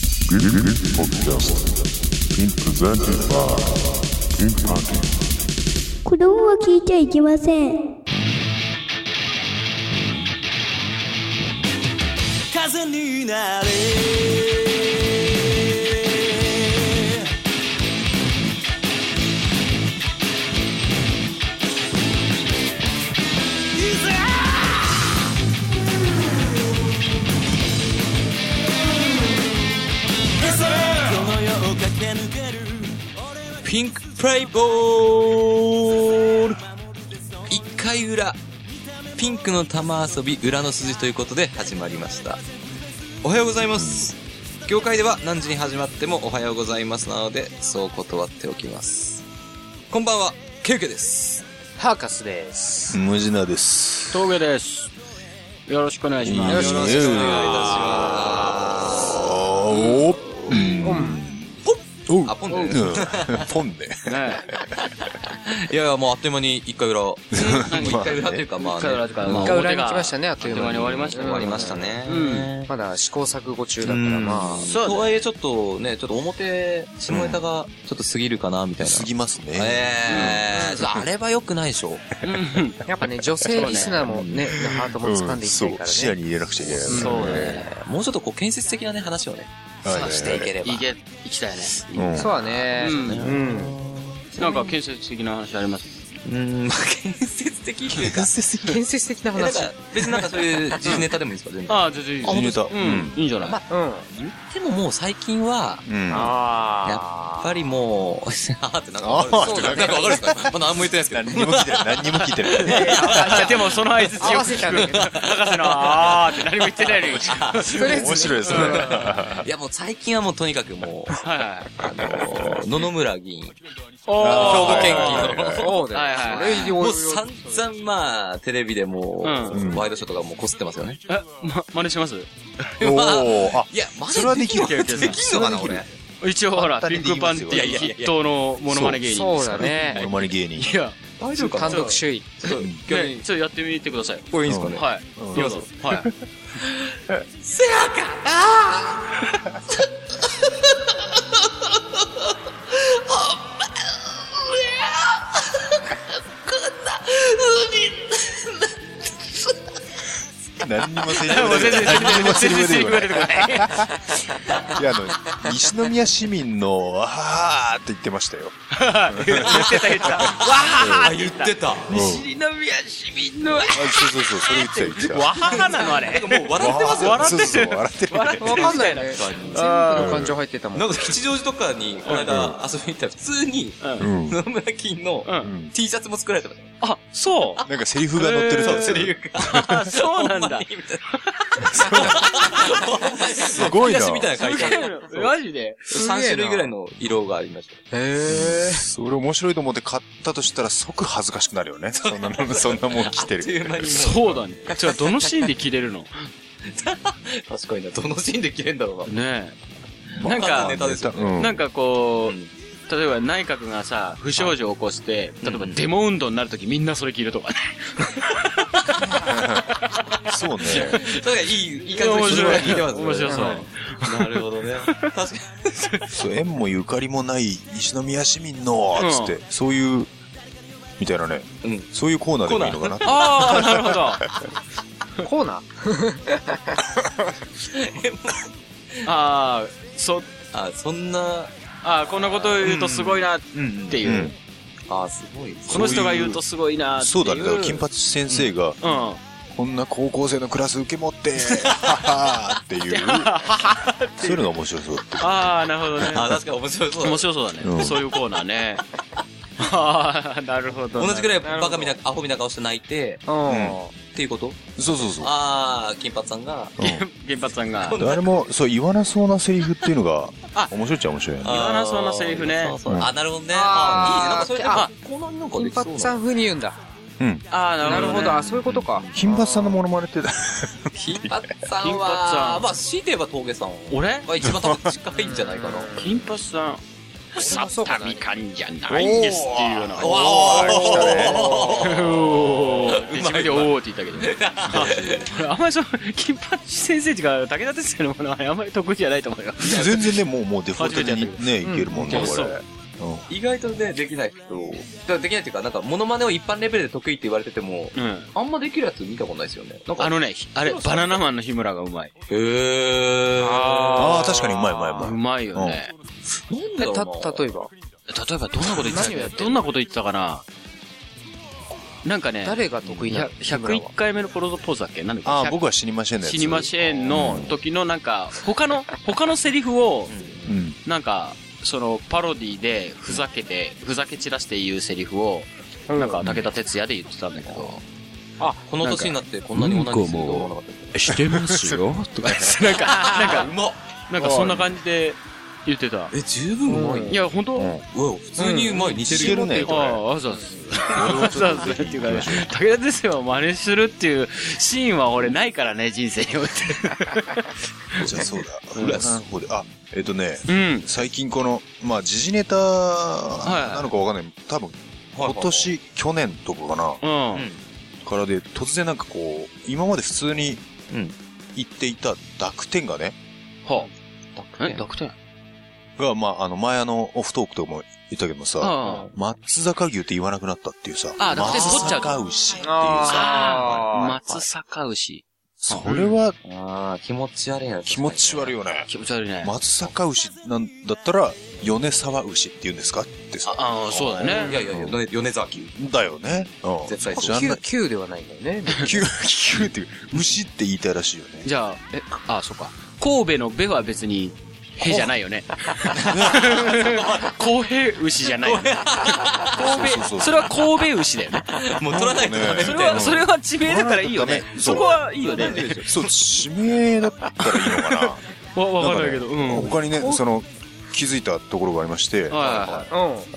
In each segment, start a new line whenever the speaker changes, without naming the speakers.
This podcast being presented by Pink Party.
子供は聞いちゃいけません。
風になれいざこの世を駆け抜ける
ピンクプレイボール1回裏ピンクの玉遊び裏の筋ということで始まりましたおはようございます業界では何時に始まってもおはようございますなのでそう断っておきますこんばんはケウケです
ハーカスです。
無事なです。
峠です。よろしくお願いしま
よろしく
す。
お願いします
お願いいたします
あおっ、うん、
あ
お
ポンでね
うんポンね。
ね
いやいやもうあっという間に1回裏もう1回裏というかまあ、
一回裏
ね、
とか、
まあ
表が
裏に来ましたねあっという間に
あ終わりましたね
終わりました。ね、
うん
まだ試行錯誤中だからまあ、
そうだね
とはいえちょっとね、ちょっと表、下ネタがちょっと過ぎるかな、みたいな。
過ぎますね。
ええちょっとあれは良くないでしょ。
うん
やっぱね、女性リスナーもね、ハートも掴んでいきたいから
視野
ね。
に入れなくちゃいけない。
そうね。
もうちょっとこう建設的なね、話をね、
はい
さしていければ。
いけ、行きたいね。
うん
そうだね。
う
うんん。
なんか建設的な話あります。
うん、まあ建設的っていうか。
建設的建設的な
えなん
話
か。別になんかそういう時事ネタでもいいですか、全然。
ああ、全然いい
入
で
れ
す。
た。う
うんん、いいんじゃない
ま
うん。
でももう最近は、
うん。
やっ
あ
ぱりもう、あ ーってなんか
あ
わか
ー
る
って
なんかわかるんですか まあ何も言ってないですけど。
何にも聞いてない。何にも聞いてない。
あ、でもその合図
あ。合わせたんだけど。
博士の、ああって何も言ってないのに。はい
とりあえずね
面白いですね。
いやもう最近はもうとにかくもう、
はい。
あの、野々村議員。
お
庫県
議の
そうだ
はいは
よ。
い
それ以上
もう散々まあ、テレビでもう、
うん
ワイドショーとかもこすってますよね。
え、ま、真似します
おー、あ、
いや、マジ
それはできる。
できるのかな、俺。
一応ほら、ピンクパンテ
いや
ィ
いやいや
筆頭のモノマネ芸人。
そうだ
モ
ね
ノ。マネ芸人。
いや、
大丈夫
単
かな
独首位。
ちょっと
ねちょっとやってみてください。
これいいんすかね
はい。
うん
どうぞ。はい。
何にもセリ
もう
フ
全然、
何にもセ
全
リ
然
フ
セ
出て
リフ
こ
が
な
出
い
て。こない。
いや、あの、西宮市民の、あーって言ってましたよ。
言ってた言ってた。わ
あ
はは
ー言ってた。
うん。あ、そう
宮市民の。わ
そうそう、それ言ってた、言ってた。
ははなのあれ。
もう笑ってますよ。
わーそうそう笑ってるね。
笑って
わかんないね。全部の感情入ってたもん。
なんか吉祥寺とかに、この間遊びに行ったら、普通に、
う。
うんん。
野々村金の
う。
うんん
T シャツも作られてまし
あ、そ
なんかセリフが載ってる
へー
と
た。セリフが。
う。そうなんだ。
すごいな
吹き出しみたいなの書いてある。
マジで
3種類ぐらいの色がありました。
へー。
それ面白いと思って買ったとしたら即恥ずかしくなるよね。そんなの、そんなもん着て
あっという間に
る。
そうだね。じゃあ、どのシーンで切れるの
確かにな。どのシーンで切れんだろう
ね
な。
なんか
ネタですよね。
え。なん
か、
かこ
うん
う、例えば内閣がさ、不祥事を起こして、例えばデモ運動になるときみんなそれ切るとかね。
そうね。
それいい、いい感
面
じで
白い
聞いてますね。
面白そう
うん。 なるほどね。確かに。
そう縁もゆかりもない西宮市民の、つって、そういう、みたいなね。
うん
そういうコーナーでもいいのかな。。
ああ、なるほど。
コーナー
ああ、そ、
あ、そんな、
ああ、こんなこと言うとすごいなっていううん
あ、すごいです。
この人が言うとすごいなっていう。
そうだね。だから金八先生が、
うん。
こんな高校生のクラス受け持って、ははーっていう。そういうのが面白そうって。
ああ、なるほどね。
あ、確かに面白そうだ
面。白そうだね、
うん
そういうコーナーねああ なるほど
同じく
い
らいバカみな、アホみな顔して泣いて、
うん。
っていうこと
そうそうそう。
あー、金髪さんが、
うん
原発さんが
誰も、そう、言わなそうなセリフっていうのが
あ、
面白いっちゃ面白いよね。
言わなそうなセリフね
そうそう
うん
あ、なるほどね。
あー
あーいいね。なんかそれでも、こんななんか
金
できそう
髪
な
さん風に言うんだ。
ああ
な
な
る
るほ
ほ
ど
ど。
ね
あ、そういうことか。
金髪さんのモノマネって、
金髪さん
金髪さ
は
ん、
まあ、強いて言えば峠さんは
俺
一番多分近いんじゃないかな。
金髪さん腐ったみかんじゃないんですっていうような
おー
来たね
おで自分でおーって言ったけどね。 俺あんまりその、金八先生とか武田鉄矢のものはあんまり得意じゃないと思うよ。
全然ね、もう、もうデフォルトにね、いけるもんね、
う
こ
んそ
れ。
う
うん
意外とね、できない人。だからできないっていうか、なんか、モノマネを一般レベルで得意って言われてても、
うん。
あんまできるやつ見たことないですよね。なんか、
あのね、ひあれ、バナナマンの日村がうまい。
へー。
ああ、確かにうまいうまいううまい。
まいよね。
なん
え
だろうな
た、例えば、
例えばどんなこと言って
何をや
た
ってんの
どんなこと言ってたかななんかね、
誰が得意
い
な
や
の日村は
101回目のポロゾポーズだっけなんだっけ
ああ、
100
僕は死にましぇんのやつ。
死にましぇんの時のなんか、他の、他のセリフを、
うん。
なんか、そのパロディでふざけて、ふざけ散らして言うセリフを、なんか武田鉄矢で言ってたんだけ ど、
あ、この年になってこんなに同じですよ。思わなかったです
して ますよとか、なんか、なんか、うまなんかそんな感じで言ってた。
え、十分うまい。
いや、本当、
うん
あ
うわ、普通にうまい。似て
似
る
て
よ。
るね
あ、あざっす。
俺
あ
はち
ざ
ょ
っ
っ
す
と
ね。っ
ぜ
て
ひ
い
行
うか
き
ね
ましょう、
武田鉄矢を真似するっていうシーンは俺ないからね、人生において。
じゃあそうだ。フランスの方で。あ、えっとね、
うん。
最近この、まあ、時事ネタなのかわかんない。多分、
はいはいはい
今年、去年とかかな、
うん。
からで、突然なんかこう、今まで普通に
うん
行っていた濁点がね、
はあ。え、
え
濁点
が、まあ、あの、前あの、オフトークとかも言ったけどもさ、
あ
松坂牛って言わなくなったっていうさ、
あ濁点
松
取っちゃう
坂牛っていうさ、
あ。
あ
松阪牛。
それは
ああ、気持ち悪いな。
気持ち悪いよね。
気持ち悪いね。
松坂牛なんだったら、米沢牛って言うんですかってさ、
ああ、そうだね。
いやいやいや、米米沢牛。
だよね。うん。
絶対
じゃ
そ
あ
う。
ん な
ー。、9ではないんだよね。
牛、牛っていう、牛って言いたいらしいよね。
じゃあ、え、あ、そうか。神戸のべは別に、へじゃないよね。公平牛じゃないよね。
そうそうそ
神戸、
う
それは神戸牛だよね。
もう取らないとダメみ
それ
たい
は、
な。
それは地名だからいいよね
取らないとダ。メそ
そうこはいいよね。
そう、地名だったらいいのか
わ、
な。
わかんないけど、
ん
う
かね
ん。
他にね、その、気づいたところがありまして、
は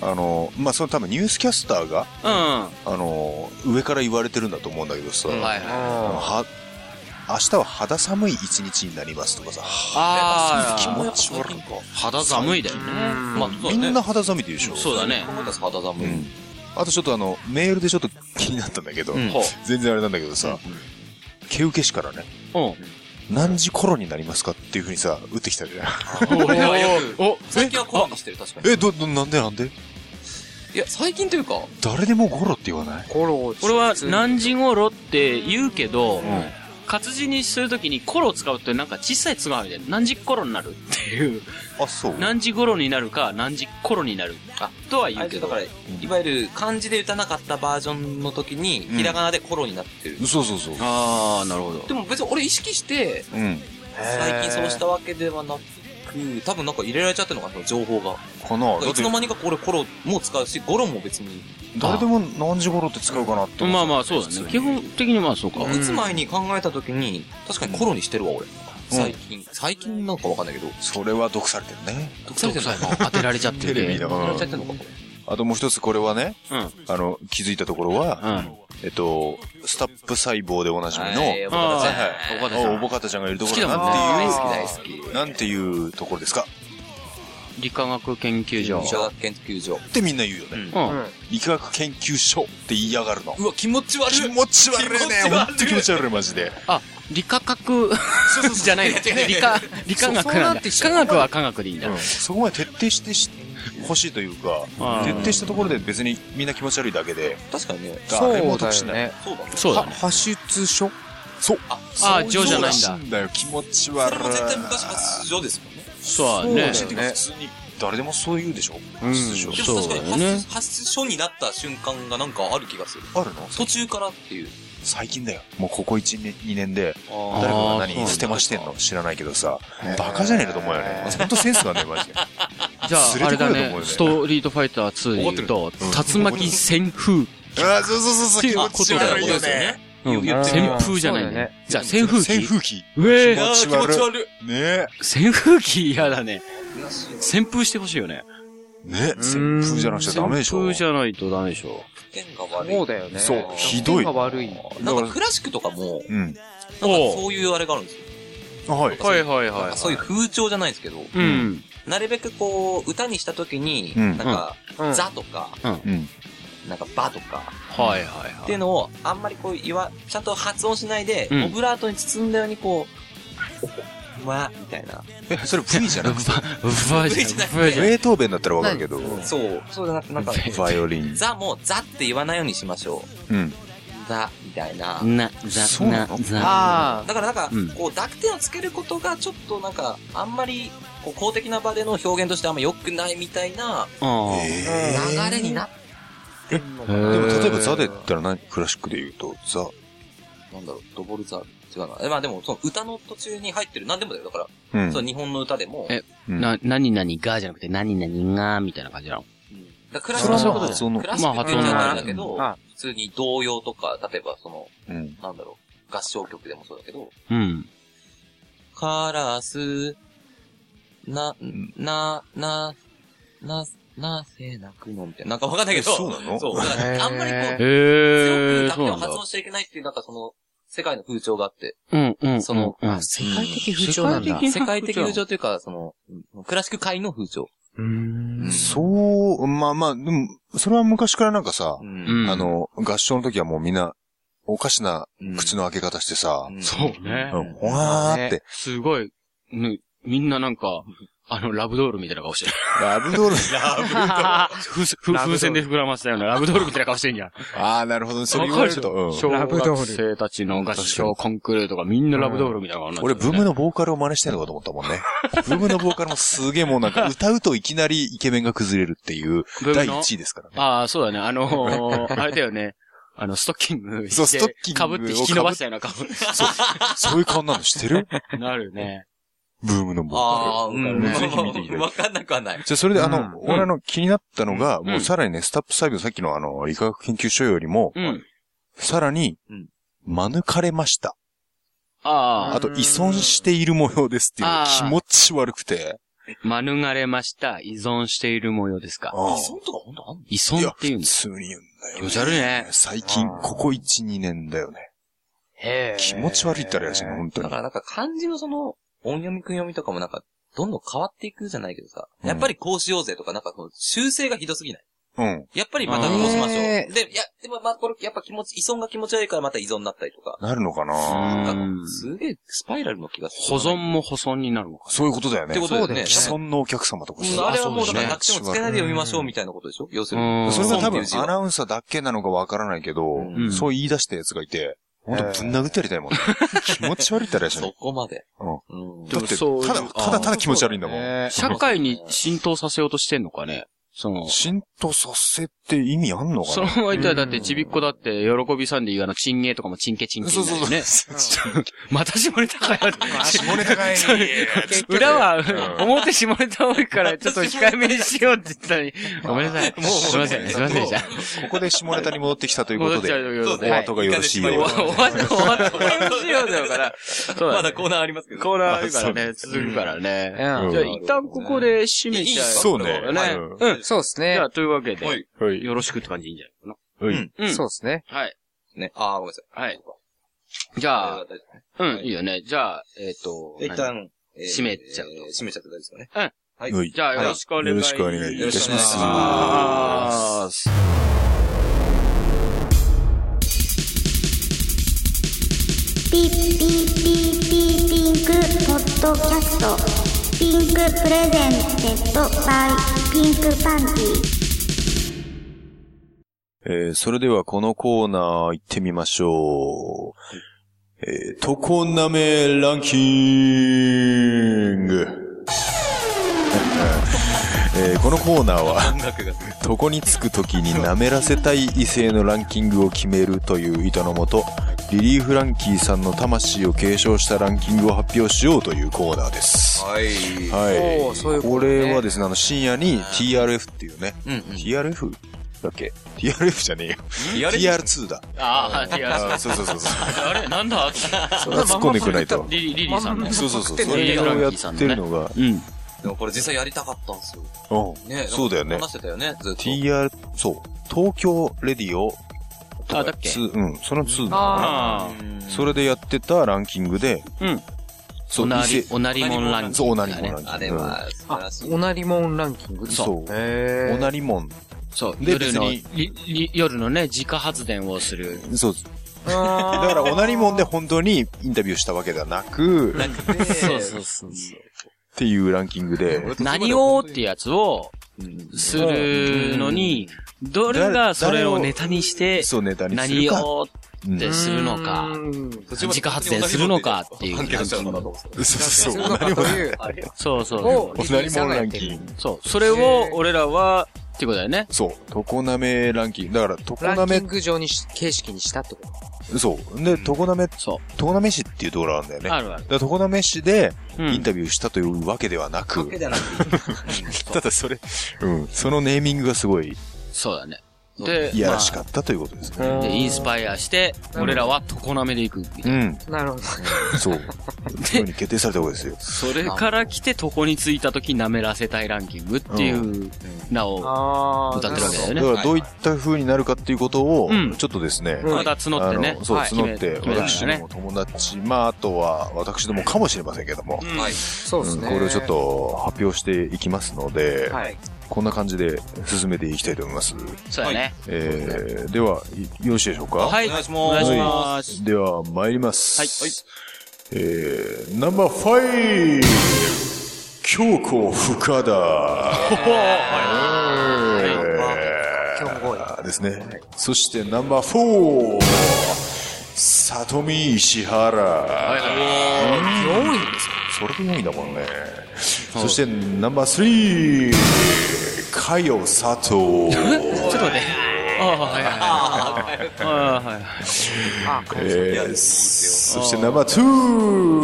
あの、まあ、その多分ニュースキャスターが、
いは
あの、上から言われてるんだと思うんだけどさ、
い。うん。はい
あ
はい。
のは、明日は肌寒い一日になりますとかさ、
あ
気
あ、
持ち悪いか。
肌寒いだよね。
まあ、そう
み
だね
んな。肌寒いって言うでしょ。
そうだね。
肌寒い。
あとちょっとあの、メールでちょっと気になったんだけど、
うん
全然あれなんだけどさ、毛受け師からね、
うん。
何時頃になりますかっていうふうにさ、打ってきたじゃん。
俺はよく、
お、
最近はコロにしてる、確かに。
え、ど、ど、なんでなんで
いや、最近というか、
誰でもゴロって言わない
コロ
俺は何時頃って言うけど、活字にするときにコロを使うとなんか小さいつまみで何時頃になるっていう。
あ、そう。
何時頃になるか何時頃になる
あ
とは
あ
言
れ
う
で
け
すだ
ど
から、いわゆる漢字で打たなかったバージョンの時に、
うん
ひらがなでコロになってる。
そうそうそう。
ああなるほど
でも別に俺意識して、
うん。
最近そうしたわけではなく、多分なんか入れられちゃってるのかな、その情報が。
かな。だ
い
って
つの間にかこれコロも使うし、ゴロも別に。
誰でも何時頃って使うかなって思
まあ
う。
まあそうだ
普通
ね
に
基本的にまあそうか、
打つ前に考えた時に、確かにコロにしてるわ、俺。最近、最近なんかわかんないけど、
それは毒されてるね。
独裁者さんが
当てられちゃってるね
だ
やられちゃってるのか、これ。
あともう一つこれはね、
うん
あの、気づいたところは、
うん
えっと、スタップ細胞でおなじみの、
はいおばたちゃん
あーはい
おぼかたちゃんがいるところ
好きだもんね
なんていう、
大好き大好き。
なんていうところですか
理化学研究所
医者学研究所。
ってみんな言うよね。
うん
うん
医学研究所って言いやがるの。
うわ、気持ち悪
気
い。
持ち悪いね
気持ち悪。い
ほんと気持ち悪い、マジで。
あ理化学じゃない ね理化理化学
そうそう
な
なん
だ
ってきちゃ
科
う
学は科学でいいんだ、
そこまで徹底してし欲しいというか
あー、
徹底したところで別にみんな気持ち悪いだけで、
確かにね。
そうだ
誰も得し
よ
ない。
ね。
そうだね。
そうだね
発出所
そう。
あ
そう
女じゃないん
そう
だ
らしいんだよ、気持ち
そ
悪
れ
い。
も絶対昔発情ですもんね。
そうだね
そうだよね普通に誰でもそう言うでしょ
うん
発出
で
所
も
そ
確か
うだよ
に
ね
発発症になった瞬間がなんかある気がする。
あるの
途中からっていう。
最近だよ。もうここ1、2年で、
ー
誰かが
そうなん
何
だ
捨てましてんの知らないけどさ、バカじゃねえのと思うよね。ほんとセンスがねえ、マジで。
じゃああれだ
連れてこようと思うよ
ね
ね
ストリートファイター2で言うと竜巻旋風
ああ、そうそうそうそう、
ってい
気
う
持ち悪いよね。
うん
言ってみよう
旋風じゃない
そうだよ
ねじゃあ扇風機
扇風機。
うえー
気持ち悪い
あー気持ち悪い。
ね
扇風機嫌だね。扇風してほしいよね。
え。ねえ。扇風じゃなくちゃダメでしょ。
扇風じゃないとダメでしょ。
点が悪い。
そうだよね。
そうひどい
が悪い。
な
だか
ん
ら
かクラシックとかも、
うん。
なんかそういうあれがあるんですよ。
あはい。
はいはい
なん
は
かそういう風潮じゃないんですけど、
い。うん。
なるべくこう、歌にした時に、
うん
なんか、ザとか、
うん。
なんかバとか、
はいはい
っ
は
ていうのを、あんまりこう、言わ、ちゃんと発音しないで、
うん
オブラートに包んだようにこう、わ、みたいな。
え、それ V じゃなくて。
い。バージョン、バージョン。
ベートーベンだったらわかるけど、
そう、そうじゃなくて、なんか、
バイオリン。
ザもザって言わないようにしましょう。
うん。
ザ、みたいな。
な、
そうなの
あ
だからなんか、
うん
こう、濁点をつけることが、ちょっとなんか、あんまり、こう、公的な場での表現としてあんま良くないみたいな
あ
え
流れになってんのか
え
な。
ーでも
ー
例えばザで言ったら何クラシックで言うと、ザ。
なんだろう、ドボルザ、違うな。えまあでも、その歌の途中に入ってる、なんでもだよ。だから、
うん
その日本の歌でも、
え
うん
な、何々がじゃなくて何々がみたいな感じなの。
うんだからクラシック
それは発音の
クラシックっていうのはあるんだけど、
まあ発
普通に童謡とか、例えばその、
うん。
なんだろう、合唱曲でもそうだけど、
うん。
カラス、な、な、な、な、なぜ泣くのみたいな。なんかわかんないけど、
えそうなの
そう。だからあんまりこ
へ
へ
う、
えー、そう
強く濁点
な
を
んだ
発。音しちゃいけないっていう、なんかその、世界の風潮があって、
うん、うん。
その
うん、
世界的不調なんだ。
世界的風潮というか、その、クラシック界の風潮。
うん。
そう、まあまあ、でも、それは昔からなんかさ
う、。
うんん
あ、の、合唱の時はもうみんな、おかしな
うん
口の開け方してさ、
ん
そうね
う。ん、わーって、
すごい、ね、みんななんか、あの、ラブドールみたいな顔してる。
ラブドール。
ふふ風船で膨らませたようなラブドールみたいな顔してんじゃん。
ああ、なるほどね。それ言われると。うん
小学生たちの合唱コンクールとかみんなラブドールみたいな顔になって
俺、
る
ブームのボーカルを真似してんのかと思ったもんね。ブームのボーカルもすげえもうなんか、歌うといきなりイケメンが崩れるっていう、
ブームの
第1位ですからね。
ああ、そうだね。あのー、あれだよね。あの、ストッキングして。
そうストッキングを
被って引き伸ばしたような顔。
そういう顔なの知ってる
なるよね。
ブームのボーカル。
ああ、うん。
うん ぜひ見ていただきたい
わかんなくはない。
じゃあ、それで、あの、
うん
俺あの、気になったのが、
ん
もうさらにね、スタッフ細部、さっきのあの、理化学研究所よりも、
うん。
さらに
うん、
免れました。
あ
あと、依存している模様ですっていうのが気持ち悪くて。
あ、免れました。依存している模様ですか。
ああ
依存とか本当あんの
依存っていうん
普
です。
通に言うんだよね。
気持ち悪いね
最近、ここ1、2年だよね。
へー
気持ち悪いったらやしね、本当
だ
に
か。らなんか漢字のその、音読み訓読みとかもなんか、どんどん変わっていくじゃないけどさ、
うん
やっぱりこうしようぜとか、なんかその修正がひどすぎない。
うん。
やっぱりまたこうしましょう。
へ
で、いや、でもまあこれやっぱ気持ち、依存が気持ち悪いからまた依存になったりとか。
なるのか
うん
な
なんか、すげえスパイラルの気がす
保
る。
存
っ
も保存になるのか。
そういうことだよね。
てことだよね。
既存のお客様とか
うんあれはもうだから濁点をつけないで
よ。
読みましょうみたいなことでしょ要する
う
に。
ん
それが多
損っていう
分
字は
アナウンサーだけなのかわからないけど
う、
ん
そう言い出したやつがいて、ほんとぶん殴ってやりたいもんね。気持ち悪いったらやし
そ
ね。
こまで。
う
うん。
だって、
でもそういう
ただ、ただただ気持ち悪いんだもん。
へー
社会に浸透させようとしてんのかね。その、
浸透させて意味あんのか
そ
な
のままいたらだってちびっこだって喜びさんで言うあの、チンゲーとかもチンケチンケ
そう
にな
そう
る
そ
よ
う。
ね。 また下ネタかよって。
下ネタがいい。
裏は、表下ネタ多いから、ちょっと控えめにしようって言ってたのに。ごめんなさい。
もう
すいません、すいませんでした。
ここで下ネタに戻ってきたということ
戻っちゃうと
で、
いうこと
お
で。はい
後がよろしいよう
終
で
わ終わった、終わった、終わった、しようだから。そう
ま
だ
だ
ね。
コーナーありますけど。
コーナーあるからね、続くから
う
ね。
ん
じゃあ、一旦ここで締めちゃう。
そうね
ね。
う
うん。
そうです
じ
ね
ゃ。あ、というわけ
は
で
い、
はい
よろしくって感じでいいんじゃないか
はい
うん
な。うん。
そうですね。
はい。
ね。ああ、ごめんなさい。
はい。じゃあ
あ、れは大丈夫
うん、いいよね。じゃあ、えっと、
一旦、えー
閉めちゃう
閉めちゃって大丈夫ですかね。
はい
は
はい
じゃあ、よろしくお願い
よろしくお願いいたします
よろしくお願
あー
ピッピッピッピッピンクポッドキャストピンクプレゼンテッドバイピンクパンティ
えーそれではこのコーナー行ってみましょう。えー、トコナメランキング。 えーこのコーナーは、
音楽がす
床につく時に舐めらせたい異性のランキングを決めるという意図のもと、リリー・フランキーさんの魂を継承したランキングを発表しようというコーナーです。
ごい。はい。
はい。
おーそういうこ
こと
ね
れはですね、あの深夜に TRF っていうね、
うんうん。
TRF だっけ ?TRF じゃねえよ。TR2 だ。
あー、いや、
あーそうそうそうそう。
あれなんだ
それは突っ込んでくれないと。
リリリリーさんね。
そうそうそう。
ね
それをやってるのが、
うん。
でもこれ実際やりたかったんですよ。
うん。
ね
そうだよね
話してたよね、ずっと。
TR、そう。東京レディオ、
あ、だっけ
2、うん、その2だ。
あ
あ
それでやってたランキングで、
あ。うん。
そ
お
う、
な
異
り、
性
おなりもんランキング。
そう、おなりもんランキング。
あれは素晴らしい。
おなりもんランキング
そう
へ
うん。お
ー
なりもん、
そう。
で
夜の、
別
りり夜のね、自家発電を する。
そうです。だから、オナニモンで本当にインタビューしたわけではなく、っ
なくて、
そうそうそう。
ていうランキングで、
何をってやつをするのに、どれがそれをネタにして、
そうネタにす
何
るか。
をってするのか、自家発電するのかっていうランキング。
そうそう
す
そう。
る
オ
の
ナ
か
ニ
と
モン、
いう、
そうそう
を
そ、
オナニモンランキング。
う。そう。それを俺らは、っていうことだよね。
そう。常滑ランキング。だから、常
ランキン
滑、
グ上にし形式にしたってこと
そう。で、常滑、
そ
常滑市っていうところなんだよね。
あるある。
だから常滑市で
う
イン
ん。
タビューしたというわけではなく、
わけだな。
ただそれ、うん、そのネーミングがすごい
そうだね。で、
いやらしかったということですね。
まあで、インスパイアして、俺らは常滑で行く。
うん、
なるほど。
そう。そういうふうに決定されたわけですよ。
それから来て床に着いた時舐めらせたいランキングっていう名を
あー
歌ってるわけだよ
だ
ね
か。らどういった風になるかっていうことを
うん、
ちょっとですね、
また募って
あ
ね
の。そう、
はい
募って、
決め
私
決めた
ど
ん
も友達、まあ、あとは私どもかもしれませんけども、
うん
はい。
そうです
うん
ね。
これをちょっ。と発表していきますので、
はい。
こんな感じで進めていきたいと思います。
そうだね。
えー、では、いよろしいでしょうか
はい。
お
お
願
願
い
い
し
します。
ます
では、参ります。
はい
えー、ナンバーファイ京子深田。
今日も5位。
ですね。そしてナンバーフォー里見石原。
4位
それで4位だもんね。そしてナンバースリー佳代佐藤。
ちょっと待って。ああ、はいはいはい。
あ、
えーそしてナンバーツー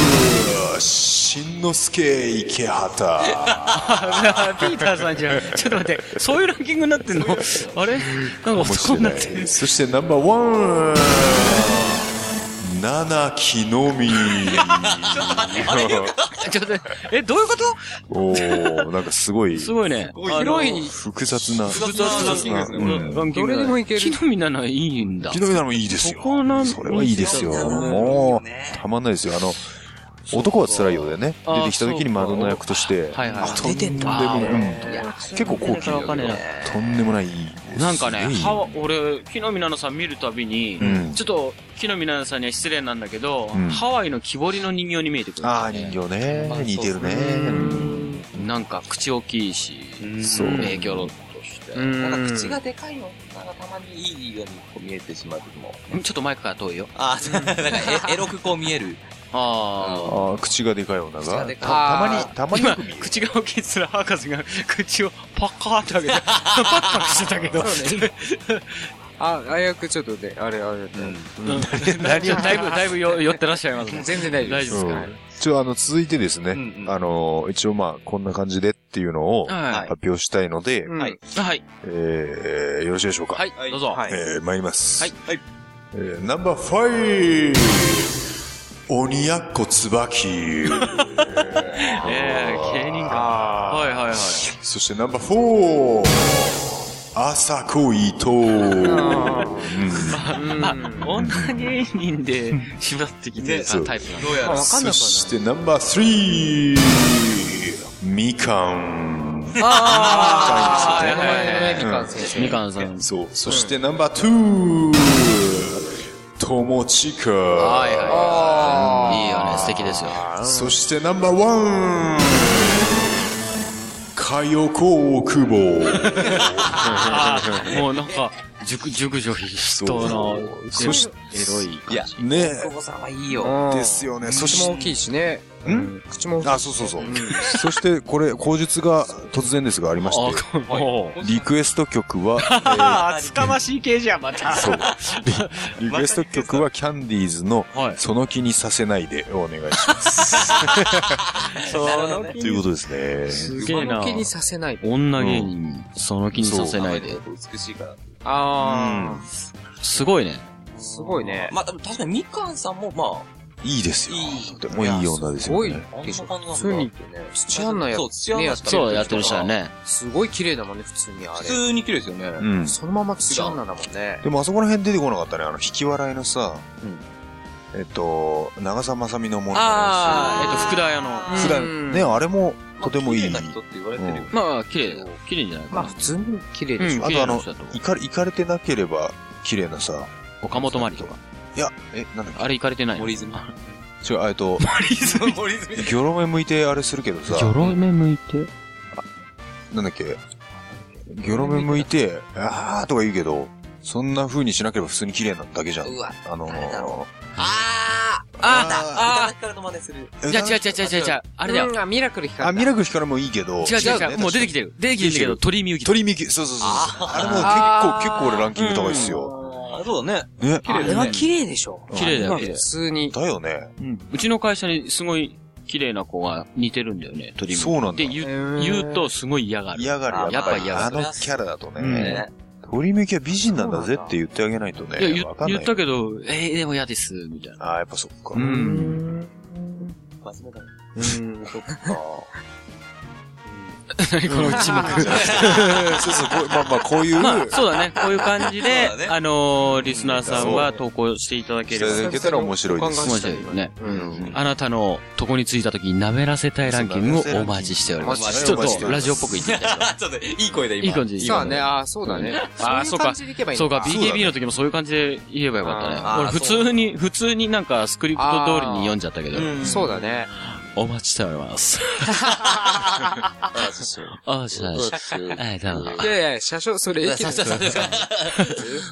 しんのすけ池畑。
あピーターさんじゃん。ちょっと待って。そういうランキングになってんのあれなんか そうなってる。
そしてナンバーワン七木のみ。
ちょっと待って。え、どういうこと
おおなんかすごい
すごいね。
広い
複雑な。
複雑なランキングですね、これ。
うん
ランキングだね。
どれでもいける
木の実なのいいんだ
木。の実なのもいいですよ。
そこなん
それはいいですよ。
そうだね
もう、たまんないですよ。あの、男は辛いようでね、
あー
出てきた時に窓の役として、
はいはい
とんでも
あー
ない、うん結構高級
わかんねえな
だけどとんでもない。
なんかね、
す
ハ
ごい
ワ俺、木の実なのさん見るたびに、
うん
ちょっと木の実なのさんには失礼なんだけど、
ん
ハワイの木彫りの人形に見えてくる。
ああ、人形ね。似てるね。
なんか口大きいし、
そう
えー、ギョロッとして。
なんか口がでかいのがたまにいいようにこう見えてしまう時も。
ちょっとマイクから遠いよ。
ああ、なんかエエロくこう見える。
あ
ああ、口がでかい女が。
でかい
たたまに、たまによ
あ
く見え。る。
口が大きいっつら博士が 口をパカーって開 けて、パクパクしてたけど。
あ、あやくちょっとで、あれ、あ
う
れ、
んだいぶ、だいぶだいぶよ寄ってらっしゃいますね。
全然大丈夫です。
大丈夫
はい
ちょ、あの、続いてですね、
うんうん
あの、一応まあ、こんな感じでっていうのを
はい
発表したいので、
うん
はい
はい。
えー、よろしいでしょうか。
はい。どうぞ。
はい
えー、参ります。
はい。
はい。
えー、ナンバーファイ鬼やっこつばき。
えー、芸人か。
あ
はい はいはい。
ーそしてナンバーフォー朝子伊藤。
女芸人 で縛ってきて、
そう
あタイプなんだ。
あわかんな
そ
くは
してナンバースリーみかん。
ない。あ
ー
あ、名前のね、
は
み
い
かん選手。
みかんさん。
そう。そしてナンバーツーともちか。
はいはいはい。いいよね、素敵ですよ。
そしてナンバーワンかよこ大久保
もうなんか、熟、熟女筆頭の、
そうそし
エロい。
いや、
ね
久保さんはいいよ。
うん
ですよねそ
口
し
も大きいしね。
ん
口も大きい。
あそうそうそう、そしてこれ口述が突然ですがありま
あ
して、
もう。
リクエスト曲は、
厚かましい系じゃん、また。
えーそうリリクエスト曲はキャンディーズの
はい
その気にさせないでお願いします
その
ということですね
すげ
そ
え
の
な。
気にさせない。
女芸人、その気にさせないで。
美しいから。
あ
すごいね。
あ、すごいね。
まあ、でも確かにみかんさんも、まあ、
いいですよ
いい
とてもいい女ですすよ
ごい
ね
あんな
でしょ。
感じなんだ
普通に、土穴や
そう土穴
ねやってる
そう、やってる人はね。
すごい綺麗だもんね、普通にあ
普
れ。
通に綺麗ですよね。
うん
そのまま土穴だもんね。
でもあそこら辺出てこなかったねあの引き笑いのさ、えっと長澤まさみのもの
えっ
あ
と、福田屋の。
普段、ね、あれも、とてもいい。
まあ綺麗な人って言われてるよね。
まあ、綺麗だよ。綺麗じゃないか
ま
な。
あ普通に綺麗でし
う
ょ。
ん
あとあの、
綺麗な人だと思う
いか、いかれてなければ、綺麗なさ、
岡本まりとか。
いや、え、なんだっ
あれ行かれてないの
森泉。
け違う、あえっと、
森泉、森泉。
ギョロ目向いてあれするけどさ、
目向いて。
なんだっけ、ギョロ目向いて、あーとか言うけど、そんな風にしなければ普通に綺麗なだけじゃん。
うわ、
あの
誰だろ
あー
あ
あからの真似する。
え
じゃあ違う違う違う違う。あれだよ。
うんあ、ミラクル光った。
あ、ミラクル光もいいけど、
違う違う違う。もう出てき
て
てる。出てきてるけど、鳥居みゆき。
鳥見き、そうそうそうそう。あれもう結
あ
構、結
ー
構俺ランキング高いっすよ。
あーそうだね。
ね。
綺麗だ
あ
ね
れは綺麗でしょ。
綺麗だ
ま
よ、
あ
綺
普
麗。
通に。
だよね。
うちの会社にすごい綺麗な子が似てるんだよね、鳥居みゆき。
そうなんだ
で、言う言うとすごい嫌がる。
嫌が
あ
る。
やっぱ嫌が
あ
る
のキャラだと
うん
ね。鳥見きは美人なんだぜって言ってあげないと
いや、
ね。
言
わかんな
言
い
ったけど、えー、でも嫌です、みたいな。
あーやっぱそっか。
うん
うん。
真面目だね
うん。
何この沈黙。
そうそう、こうまあまあ、こういう、
まあ、そうだね。こういう感じで
そうだね、
あのー、リスナーさんは投稿していただけ
い
れ
た
ば。
だけたら面白いで
面
す。
白いよね。
うん。
あなたのとこに着いた時に舐めらせたいランキングをお待ちしておりま
お待
す。
ち
ち
して
ょっ
おります
と、ラジオっぽく言ってみたい。
あちょっと、いい声で今。
いい感じで。
そうだね。ああ、そうだね。
あー
そういう感じでいけばいい
そ
の
うか、
か。
そうだ
BKB
ね
の時もそういう感じで言えばよかった
あー
ね。俺普通に、普通になんかスクリプト通りに読んじゃったけど、
うん
そうだね。
お待ちしてお ります。お待ちしております。はい、どうも。
いやいや、車掌、それ、駅だよ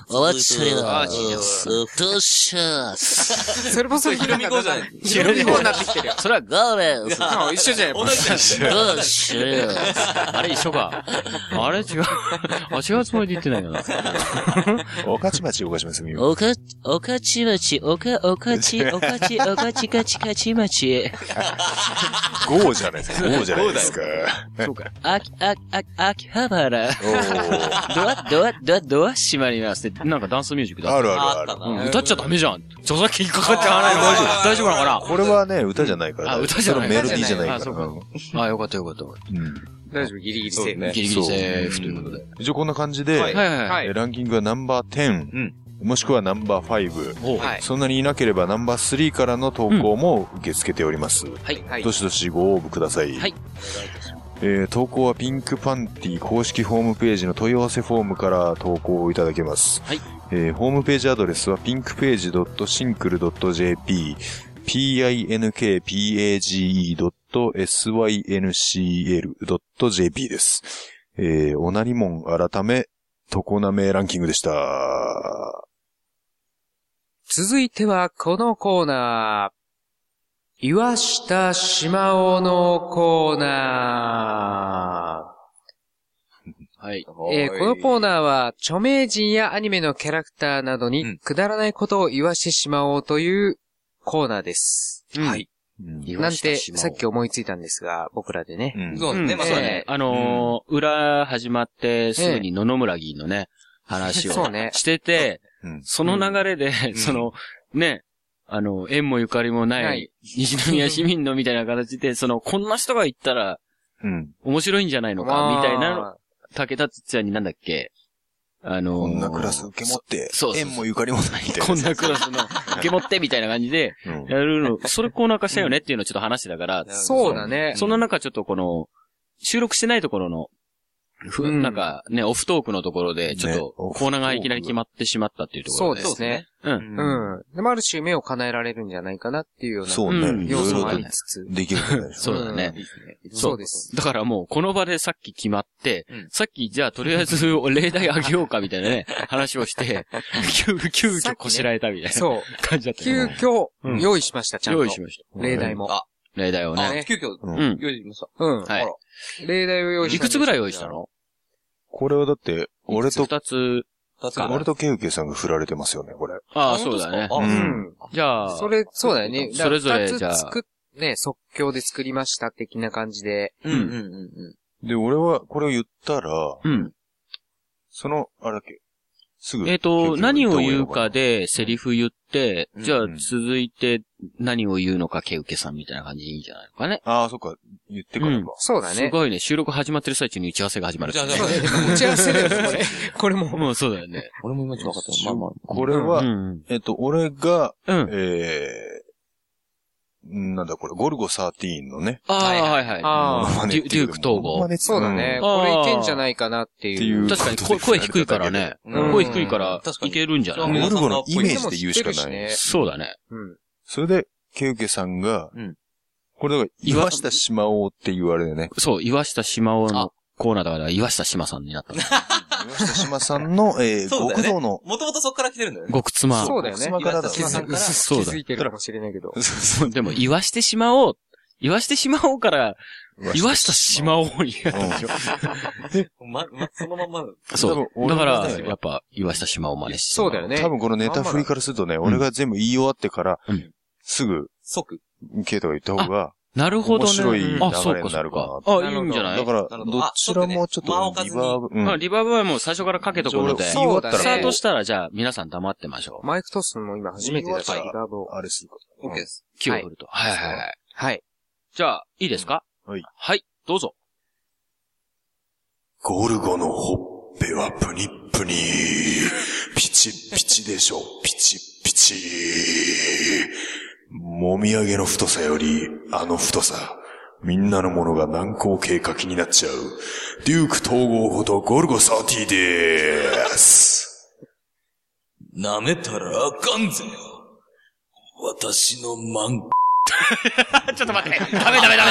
お待ちしております。どうしよす。
それもそれ、
ひろみこうじゃない
ひろみこうになってきてるよ。
それはガーレンス。
まあ一緒じゃない
同じだし。
どうしよ
あれ一緒か。あれ違う。あ、違うつもりで言ってないよな。
おかちまちおかちまちみよ。
おか、おかちまち、おか、おかち、おかち、おかちかちかちまち。
ゴーじゃないですか。ゴーじゃないですか。
あき、あ、あ、秋葉原。
おー
ドア、ドア、ドア、ドア閉まりますって、なんかダンスミュージックだ。
あるあ
あっ
る
た
ある。
う
な。
ん、歌っちゃダメじゃん。著作権引っかかっちゃわないの大丈夫なのか
これはね、歌じゃないから。
あ歌じゃない
それメロディーじゃないから。
あそうか
うん
なあ、よかったよかった。
大丈夫、ギリギリ
そ
セ
う
ーフ。
ね。
ギリギリセーフということで。
一応こんな感じ
は
で、
い
はいはいは。
はいい
えーランキングはナンバー10、もしくはナンバー5。
おう
はい
そんなにいなければナンバー3からの投稿も受け付けております。
はい。はい
ど。しどしご応募ください。
はい
えー投稿はピンクパンティ公式ホームページの問い合わせフォームから投稿いただけます。
はい
えーホームページアドレスは pinkpage.syncl.jp pinkpage.syncl.jp です。えー、おなりもん改め、とこなめランキングでした。
続いては、このコーナー。岩下島尾のコーナ
はい。
ー。えーこのコーナーは、著名人やアニメのキャラクターなど
う
に
ん、
くだらないことを言わしてしまおうというコーナーです。
はい。
うん
なんて、さっき思いついたんですが、僕らでね。
うん
そうですね。まあそうだね。
あのー、裏始まってすぐに野々村議員のね、話を
そうね
してて
うん、
その流れで、 その、ね、あの、縁もゆかりもな
ないい、
西宮市民のみたいな形で、その、こんな人が行ったら
うん。
面白いんじゃないのか、
まあ
みたいなの、竹田つやになんだっけあの
こ
ー、
んなクラス受け持って
そう、そうそう
縁もゆかりもないみたいな。
こんなクラ スの、受け持ってみたいな感じで、
うん
やるの、それコーナー化したよねっていうのをちょっと話してたから、
そうだね。
そんな中ちょっとこの、収録してないところの、ふ
うん
なんかね、オフトークのところで、ちょっと
ねオフ
コーナーがいきなり決まってしまったっていうとこ
そ
ろ
う
で。
ですね。
う。
うん
うん。でもある種夢を叶えられるんじゃないかなっていうような
そう
うん
ね。い
要
ろい
素
ろ
もあ
と
りつつ。
できるんじゃないでしょ
そうだね。
そうです。
だからもう、この場でさっき決まって、
うん
さっきじゃあとりあえず 例題あげようかみたいなね、話をして、急、急遽
さっきね
こしらえたみたいな
そう。
感じだった
急
よね。
遽
うん
用意しました、ちゃんと。
用意しまし
例題も。
た。例題を
あ
ね。、
急遽、
う
うんん。
用意しました。
うん。
はい。
例題を用意したんで
いく
す
つぐらい用意したの
これはだって、俺と、
二つ。
二つぐらい
俺とケウケウさんが振られてますよね、これ。
ああ、
あ
そうだね。
う
本
ん。
じゃあ、
それ、そうだよね。
それぞれじ
だか
ゃ
ら
あ
二つ作っね、即興で作りました、的な感じで。
うんうんうん
で、俺は、これを言ったら、
うん。
その、あれだっけ、すぐ。
え
ケウ
っ、
ケ
と、
ウ
何を言う
ど
か
う
で、セリフ言って、
うん
じゃあ続いて何を言うのか、ケウケさんみたいな感じでいいんじゃないのかね。
言えばいいのか。ああ、そっか。言ってから
うん
か。
そうだ
す
ね。
ごいね、収録始まってる最中に打ち合わせが始ま
うん。
る。
じゃあ、じゃ
そ
あ
う、だ ね。打ち合わせだよね、これ。これも。
もうそうだよね。
俺も今じゃなかった。まあまあ。
これ
う
は、
ん。
えっと、俺が、
うん。
えうんなんだこれ、ゴルゴ13のね。
ああ、はいはい。
あー
モノマネ
デ
っ
ュ
てい
デュ
う
ー
か
ク統
モノマ
合。
ネっていう
そう
か
だね。
うん
これいけんじゃないかなって
って
い。
いうう
確かに声声低いからね。
うん
声低いから
確か、に
いけるんじゃ
ゴ
ない
うん
ルゴのイメージで言うしか
いつも知っ
な
て
い
るし。ね
そうだね。
うん。
それで、ケウケさんが
うん、
これだから、岩下島王って言われるね。
そう、岩下島尾のコーナーだから、岩下島さんになった。
岩下島さんの、えー、
そうだよ
極
ね
道の、
もともとそこから来てるんだよね。
極妻。
そうだよね。
妻からだ
岩下島さんから
気づいてるかもしれないけど。
そうでも、言わしてしまおう。言わしてしまおうから、言わしたしまおうになったでしょ。
ま、ま、そのまんま。
そう
多。分
だから、
俺もね
やっぱ、言わしたしまおう真似して。
そうだよね。
多分このネタ振りからするとね、俺が全部言い終わってから
うん、
すぐ、
即。
ケイトが言った方が、
なるほ
面
どね。
白い流れに
あ、そうか、
な
そ
る
う
か
か。
な。
あ、いいんじゃない
だから、
なるほど
どちらもちょっと、
あそう
リ
ね
バーブ、う
まあ
ん。
リバーブはもう最初からかけとくので、
ち
ス
ょうど言い終わったら
そうだね
タートしたら、じゃあ、皆さん黙ってましょう。
マイク・トスンも今初めてだし、
はい
リバーブを。
あれするから。
OK です。
気を振ると。はいはいはい。
はい。
じゃあ、いいですか
はい。
はい、どうぞ。
ゴルゴのほっぺはプニップニピチピチでしょ、ピチピチもみあげの太さより、あの太さ。みんなのものが難航経過気になっちゃう。デューク統合ほどゴルゴ30でーす。
舐めたらあかんぜ私のマン
ちょっと待って。ダメダメダメダメダ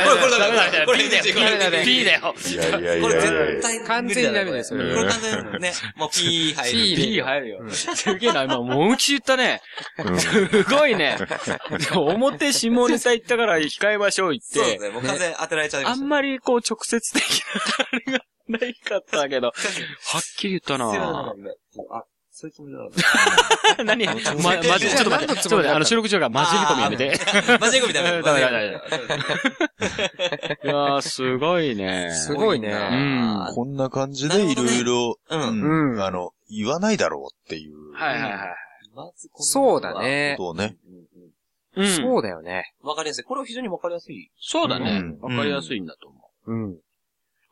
メ。これ、これダメダメダメ。これ、ピーだよ。ピーだよ。
いやいやい
これ
やい
絶
や。
対無理だな。
完全にダメだよ、そ
こ
れ
れ
は。
これ完全にね。もうピー入る。
ピ
ピー入るよ。すげえな、今、もうき言ったね。
うん
すご いね。表下ネタ言ったから控えましょう言っ
そうで
て
す。ね。もう完全に当てられちゃいま
あ
し
ん
た。
まりこう直接的なあれがないかったけど。はっきり言ったな
あ、そういう気持ち だ
何ま、まじ、ちょっと待って、ちょっと待って、あの、収録中が混じり込みやめて。
った。マジゴミダメ。
ダメダメ いやー、すごいね。
すごいね。
うん。はい
こんな感じでいろいろ、
うん
うん
あの、言わないだろうっていう。
はいは
まずこの
そうだ。ね。
ことをね。
い。うん。
そうだよね。
わかりやすい。これは非常にわかりやすい。
そうだね。
う
わ
ん
かりやすいんだと思う。
うん。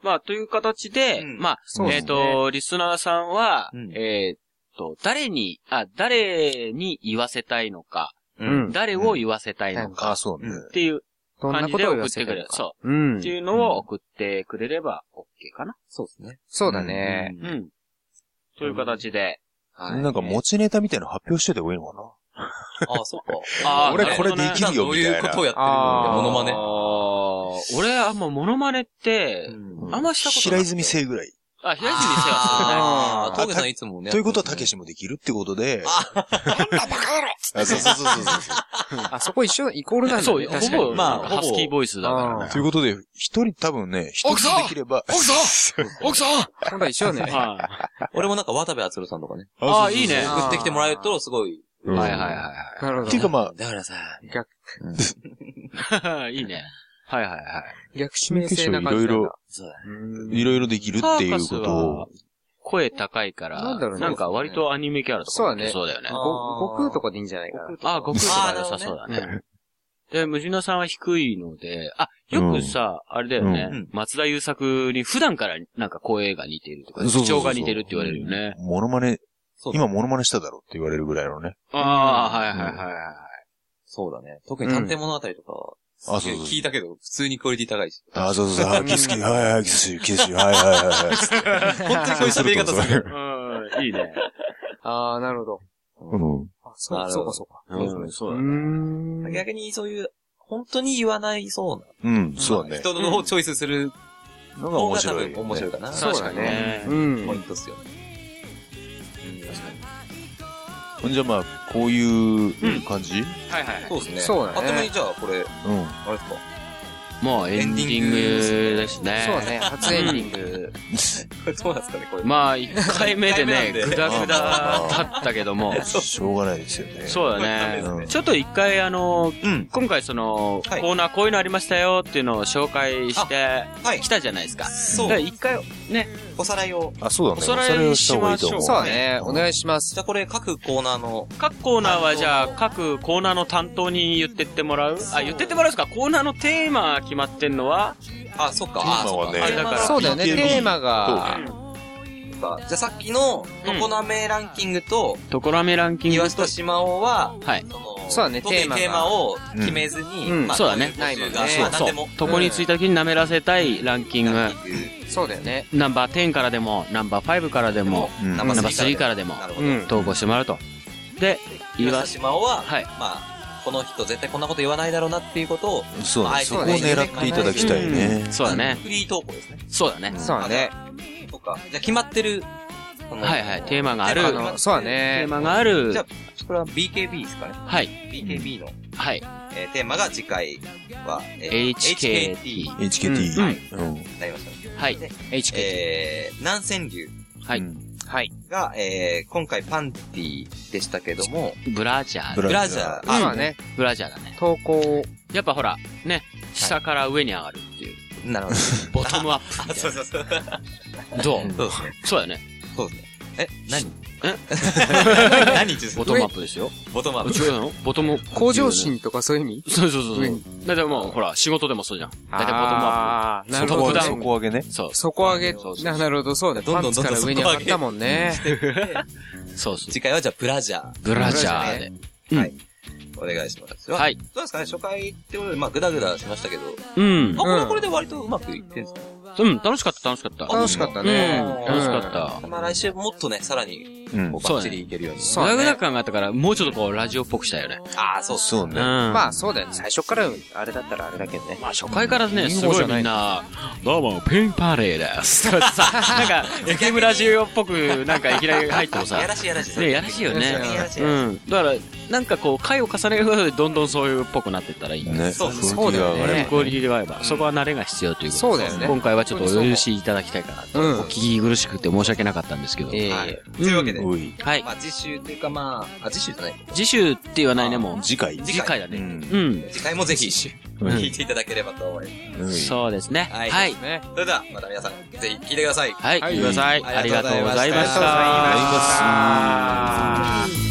まあ、という形で、
うん
まあ、
そうで
えっ、
すね
と、リスナーさんは、
うん
えっ、と、誰に、あ、誰に言わせたいのか、
う
う。ん。
誰を言わせたいの
あ、
か、
そうね。
うん
っていう
どん
感
な
じ
こ
で
とを
送
言わ
っ
せ
てく
て
れ
る
る。
か。
そうう。
ん
って。いうのを送ってくれれば OK かな。
そうですね。
そうだね。
うん。という形で。
はい。
なんか持ちネタみたいなの発表してた方がいいのかな
あ、そっ か。
あー
俺これできるよ
どういうことをやってる
あー
のモノマ
あ
ネ。
ー俺、あんまモノマネって、
うん
あんましたこと
平
ない。
泉聖ぐらい。
あ、平泉せやするね。
ああ、峠さんいつもね。
ということは、たけしもできるってことで。 あ、そうそうそうそう そう。
あそこ一緒、イコールなんだね。
そう、
確か
ほぼ、
に。
ま
ま
あ
あ、ほぼ
ハスキーボイスだからね
ということで、一人多分ね、一
奥さ
人
ん
できれば。
奥さん奥さん
ほら一緒だね。
はい
俺もなんか渡部篤郎さんとかね。
ああ、いいね。
あー
送ってきてもらえると、すごい。
うん
はいはいはいはい。
なるほ
っていうか
ど。
まあ、
だからさ、
いいね。はいはいはい。
逆指名性な感じ
い
なん
ろい
だ
ろ。
そうだね。
うん
いろいろできるっていうこ
サーカス
とを
は。声高いから、
な
なん
だろうね
んか割とアニメキャラとか。
そうだね
そうだよね。
あ
ご悟空とかでいいんじゃないかな。
あ、悟空とか良さそうだね。で、ムジナさんは低いので、あ、よくさ、あれだよね、
うん
松田優作に普段からなんか声が似てるとか、
そうそう
口
そう
調が似てるって言われるよね。
モノマネ、
そうだ
今モノマネしただろうって言われるぐらいのね。
ああ、はいはいはいはい。
そうだね。特に探偵物語とか、
あ
すげ
そうそう
え
そう
聞いたけど、普通にクオリティ高いし。
あ、そうそうそう、あ、キスキス、はいはい、キスキス、はいはいはい。
本当にこういう喋り方する。
うん、いいね。
ああ、なるほど。
うん。
あ、そう
な
か、
る
そ
ほ
うか、
ど
そうか。
うん、そうう
ー
だね。
ん。
逆にそういう、本当に言わないそうな。
うん、そうだね。
人のをチョイスする
のが面
方が多
白い。
分面白いかな。
そうだね。うん。
ポイントっすよね。
ほんじゃまあ、こういう感じ
はいはいはい。
そうですね。
そうだね
あっという間にじゃあ、これ、
うん。
あれですか。
もうエンディングですね。
そうね、初エンディング。
これどうなんですかね、これ。
まあ、一回目でね、
一回目なん
ぐ
で
だぐだだったけども、
しょうがないですよね。
そうだ
う
ね。
ん
ちょっと一回、あの、
うん。
今回その、
はい
コーナーこういうのありましたよっていうのを紹介して
はい
き。たじゃないですか。
そう
だから一回、ね、
おさらいを。
あ、そうだね。
おさらいしましょう
お
そう
さ
だ
らいを
ね、お願いします。
じゃあ、これ、各コーナーの、
各コーナーはじゃあ
あの
各コーナーの担当に言ってってもらうあ、言ってってもらうんですかコーナーのテーマ決まってんのは
あ、そっか。
テーマはね
あそっか
あだから
そうだよね、
PKB
テーマが。
そっかじゃあ、さっきの、常滑ランキングと、
ところめランキン
岩
グと
下、島尾は、
はい。
その
そうだね、
特
テー
に
マ
テー
が
マ。を決めずに、
うん
まあ、
そうだね
こういう募集が
ないもんね
ま
そ
あ、
う
何でも。
そこについた気に舐めらせたいランキング。
そうだよね。
ナンバー10からでも、ナンバー5からでも、
うん
ナンバー3からでも
な、るほ
う
ど。
ん。
投稿してもらうと。で、
岩
い
佐
わ
島尾は、
はい
まあ、この人絶対こんなこと言わないだろうなっていうことを、
そうだねそ
ま
こを
あ
狙っていただきたいね
そうだね。
フリー投稿ですね。
そうだね。
そうだね。
とか、じゃあ決まってる、その
はいはい、テーマがある
あ。
うん
の、そうだ
テー
ね。
マがある
じゃ。あ、これは BKB ですかね。
はい。
BKB の、
はい。
えーテーマが次回は、え
HKT
に
HKT。うん。
なりましたね。
はい。HK。
えー、南千流
はい。
はい。
が、えー、今回パンティでしたけども、
ブラジャ
ブ
ー。
ブラ
ラ
ジ
ジ
ャ
ャ
ー、
そう
あ、
だね。
ブラジャーだね。
投稿を。
やっぱほら、ね、下から上に上がるっていう。
なるほど。
ボトムアップ
あ、
みた
そう
い
そうそう。
な。どう
そうですね。
そうだよね。
そうですね。え、何
え
何言ってる
ボトムアップですよ。
ボトムアップ。
違うのボトム。
向上。心とかそういう意味
そうそうそう
上
そう
に。
だってもう、ほら、仕事でもそうじゃん。だいたいボトムアッ
あーなる
そこ
ほ
トップ
は
ダウン
底
ど。
上げね。
プ。そう。
底上げ
そうそう、そう
ななるほど、そうだ。
どん
パ
ど
ン
んど
ツ
んどん
から上に上がったもんね。
そうそう。
次回はじゃあ、ブラジャー。
ブラジャーで。うん
はい。お願いします。
はい。
どうですかね初回ってことで、まあ、グダグダしましたけど、
うん。
あ、これはこれで割とうまくいってんすか
うん、楽しかった、楽しかった。
楽しかったね。
うん、楽しかった。
まあ、来週もっとね、さらに、
うん
こう、。バッチリいけるように。
そ
グ
う
ダグ
ね
ダ。感があったから、もうちょっとこう、ラジオっぽくしたよね。
ああ、そうそ
そ
う。
う
う
ね
ん。。ま
ま
あ
あ、そうだよね。最初からあれだったらあれだけどね。
初回からね、
言う
す
方
ご
じ
い
ゃない
みんな、どうも、ピンパレーです。とかってさ、なんか、FM ラジオっぽく、なんかいきなり入ってもさ
や、らしいやらしい。
ね、やらしいよね
やらしいやらし。い
うん。だから、なんかこう、回を重ねることで、どんどんそういうっぽくなってったらいい。
ね。
そうそう
雰囲気が上がれば
ね
クオリティではえば、そこは慣れが必要ということ
そうだよね
今回はちょっとお許しいただきたいかなと。
うん
お聞き苦しくて申し訳なかったんですけど。
ええ
はい。というわけで、
おい。
はい
ま。あ、次週というかまあ、あ、次週じゃない。
次週って言わないね、もう。
次回。
次回だ
う
ね。
ん。
うん。
次回もぜひ、
うん
聞いていただければと思いま
うん
そうですね。
は
はいい。
ね。
す。それでは、また皆さん、ぜひ聞いてください。
はい。
はい
ください。ありがとうございまし。
ありがとうございましたた
ありがとうございます。